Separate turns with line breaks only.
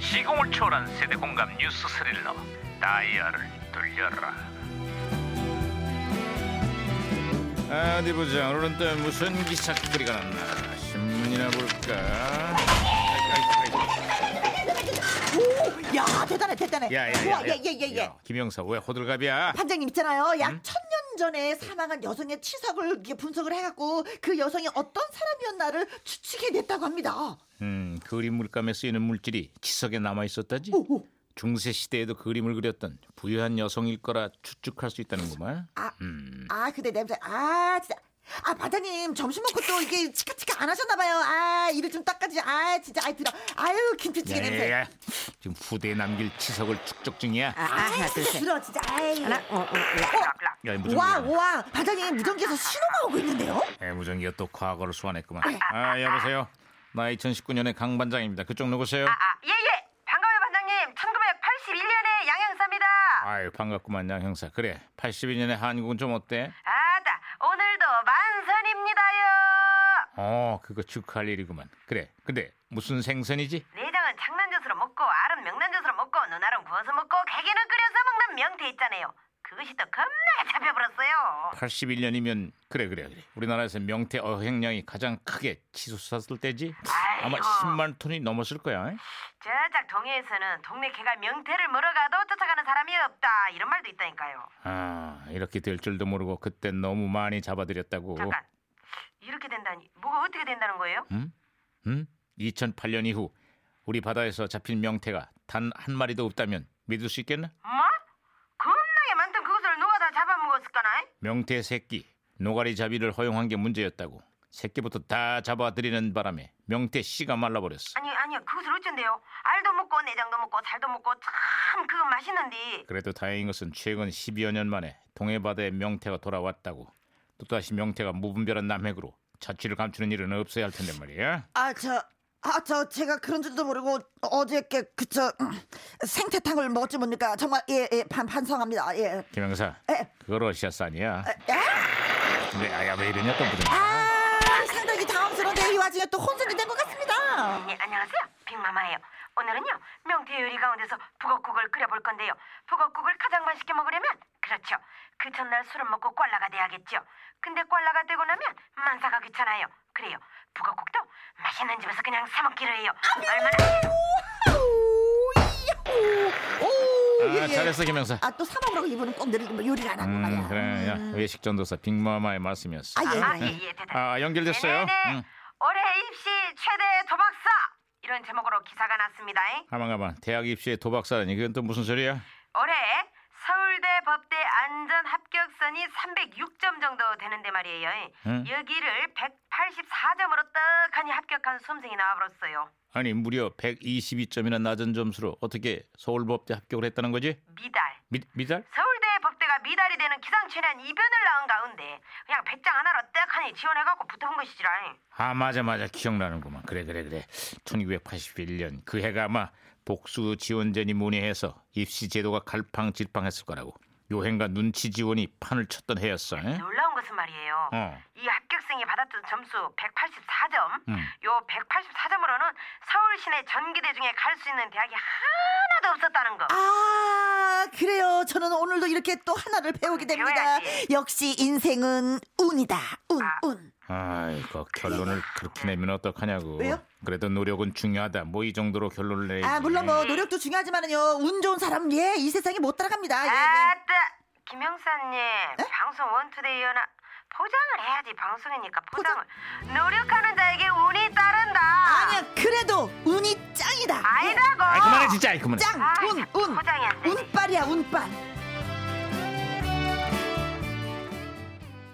시공을 초월한 세대 공감 뉴스 스릴러 다이얼을 돌려라 어디 보자 오늘은 또 무슨 기사거리가 났나 신문이나 볼까 아이고, 아이고, 아이고.
오, 야 대단해 대단해.
야야야 음?
우와, 예, 예, 예, 예.
김영사 왜 호들갑이야
판장님 있잖아요. 약 천 년 전에 사망한 여성의 치석을 이렇게 분석을 해갖고 그 여성이 어떤 사람이었나를 추측해냈다고 합니다.
음 그림 물감에 쓰이는 물질이 지석에 남아있었다지
오, 오.
중세 시대에도 그림을 그렸던 부유한 여성일 거라 추측할 수 있다는구만
아,
음.
아 근데 냄새. 아 진짜. 아 반장님 점심 먹고 또 이게 치카치카 안 하셨나봐요. 아 이를 좀 닦아주지. 아 진짜 아이 들어. 아유 김치찌개 냄새.
야야야 지금 후대에 남길 지석을 축적 중이야
아, 아, 하나, 둘,
진짜
셋.
들어 진짜. 아이.
하나, 어, 어, 어.
야, 무전기.
와, 와, 반장님 무전기에서 신호가 오고 있는데요?
애무전기가 또 과거를 소환했구만. 아 여보세요. 나 2019년의 강 반장입니다. 그쪽 누구세요?
아, 예, 예. 반가워요, 반장님. 1981년에 양형사입니다.
아유 반갑구만 양 형사. 그래. 82년의 한국은 좀 어때?
아따, 오늘도 만선입니다요.
어 그거 축하할 일이구만. 그래. 근데 무슨 생선이지?
내장은 장난젓으로 먹고, 알은 명란젓으로 먹고, 누나랑 구워서 먹고, 개개는 끓여서 먹는 명태 있잖아요. 그것이 또 겁나게 잡혀버렸어요.
81년이면 그래 그래 그래. 우리나라에서 명태 어획량이 가장 크게 치솟았을 때지. 아마
아이고.
10만 톤이 넘었을 거야.
저작 동해에서는 동네 개가 명태를 물어가도 쫓아가는 사람이 없다. 이런 말도 있다니까요.
아 이렇게 될 줄도 모르고 그때 너무 많이 잡아들였다고.
잠깐. 이렇게 된다니. 뭐가 어떻게 된다는 거예요?
음? 2008년 이후 우리 바다에서 잡힌 명태가 단 한 마리도 없다면 믿을 수 있겠나?
뭐? 겁나게 많던 그것을 누가 다 잡아먹었을까나?
명태 새끼 노가리 잡이를 허용한 게 문제였다고 새끼부터 다 잡아들이는 바람에 명태 씨가 말라버렸어
아니 아니요 그것을 어쩐데요 알도 먹고 내장도 먹고 살도 먹고 참 그건 맛있는데
그래도 다행인 것은 최근 12여 년 만에 동해바다에 명태가 돌아왔다고 또다시 명태가 무분별한 남획으로 자취를 감추는 일은 없어야 할 텐데 말이야
아, 저, 아, 저, 제가 그런 줄도 모르고 어저께, 그쵸, 음, 생태탕을 먹었지 뭡니까? 정말, 예, 예, 반, 반성합니다, 예.
김영사
에.
그거 러시아산이야
에?
근데 아야 왜 이러냐 또 무슨
아, 상당히 당황스러운데 이 와중에 또 혼선이 된 것 같습니다.
예 안녕하세요 빅마마예요 오늘은요 명태 요리 가운데서 북어국을 끓여볼 건데요 북어국을 가장 맛있게 먹으려면 그렇죠 그 전날 술은 먹고 꽐라가 돼야겠죠 근데 꽐라가 되고 나면 만사가 귀찮아요 그래요 북어국도 맛있는 집에서 그냥 사 먹기로 해요 얼마나
오, 야호. 오, 예,
아,
예.
잘했어 김영사
아, 또 사먹으라고 이분은 꼭 늘리고 뭐 요리를 안 하는 말이야.
음, 그래 야, 외식 전도사 빅마마의 말씀이었어
아, 예.
아 예 예 대단
아 연결됐어요
네네
응.
올해 입시 최대 도박사 이런 제목으로 기사가 났습니다 잉
가만 가만 대학 입시에 도박사라니 그건 또 무슨 소리야
올해 서울대 법대 안전 합격선이 306점 정도 되는데 말이에요.
응?
여기를 184점으로 떡하니 합격한 수험생이 나와버렸어요.
아니 무려 122점이나 낮은 점수로 어떻게 서울법대 합격을 했다는 거지?
미달.
미, 미달?
서울대 법대가 미달이 되는 기상천외한 이변을 낳은 가운데 그냥 배짱 하나로 떡하니 지원해갖고 붙어본 것이지라.
아 맞아 맞아 기억나는구만 그래 그래 그래 1981년 그 해가 아마 복수 지원전이 문의해서 입시 제도가 갈팡질팡했을 거라고 요행과 눈치 지원이 판을 쳤던 해였어 에?
네, 놀라운 것은 말이에요.
어.
이 합격생이 받았던 점수 184점.
음.
요 184점으로는 서울 시내 전기대 중에 갈 수 있는 대학이 하나도 없었다는 거.
아, 그래요. 저는 오늘도 이렇게 또 하나를 배우게 됩니다.
배워야지.
역시 인생은 운이다. 운, 운.
아이고 결론을 그렇게 내면 어떡하냐고
왜요?
그래도 노력은 중요하다 뭐 이 정도로 결론을 내야지
예,
아 물론 뭐 노력도 중요하지만은요 운 좋은 사람 예 이 세상에 못 따라갑니다. 예, 네? 예.
아따 김영사님 방송 원투데이 연합 포장을 해야지 방송이니까 포장을 노력하는 자에게 운이 따른다
아니야 그래도 운이 짱이다.
아니다고
아 그만해 진짜 아이, 그만해
짱
아,
운
포장이 안
운
되지.
운빨이야 운빨.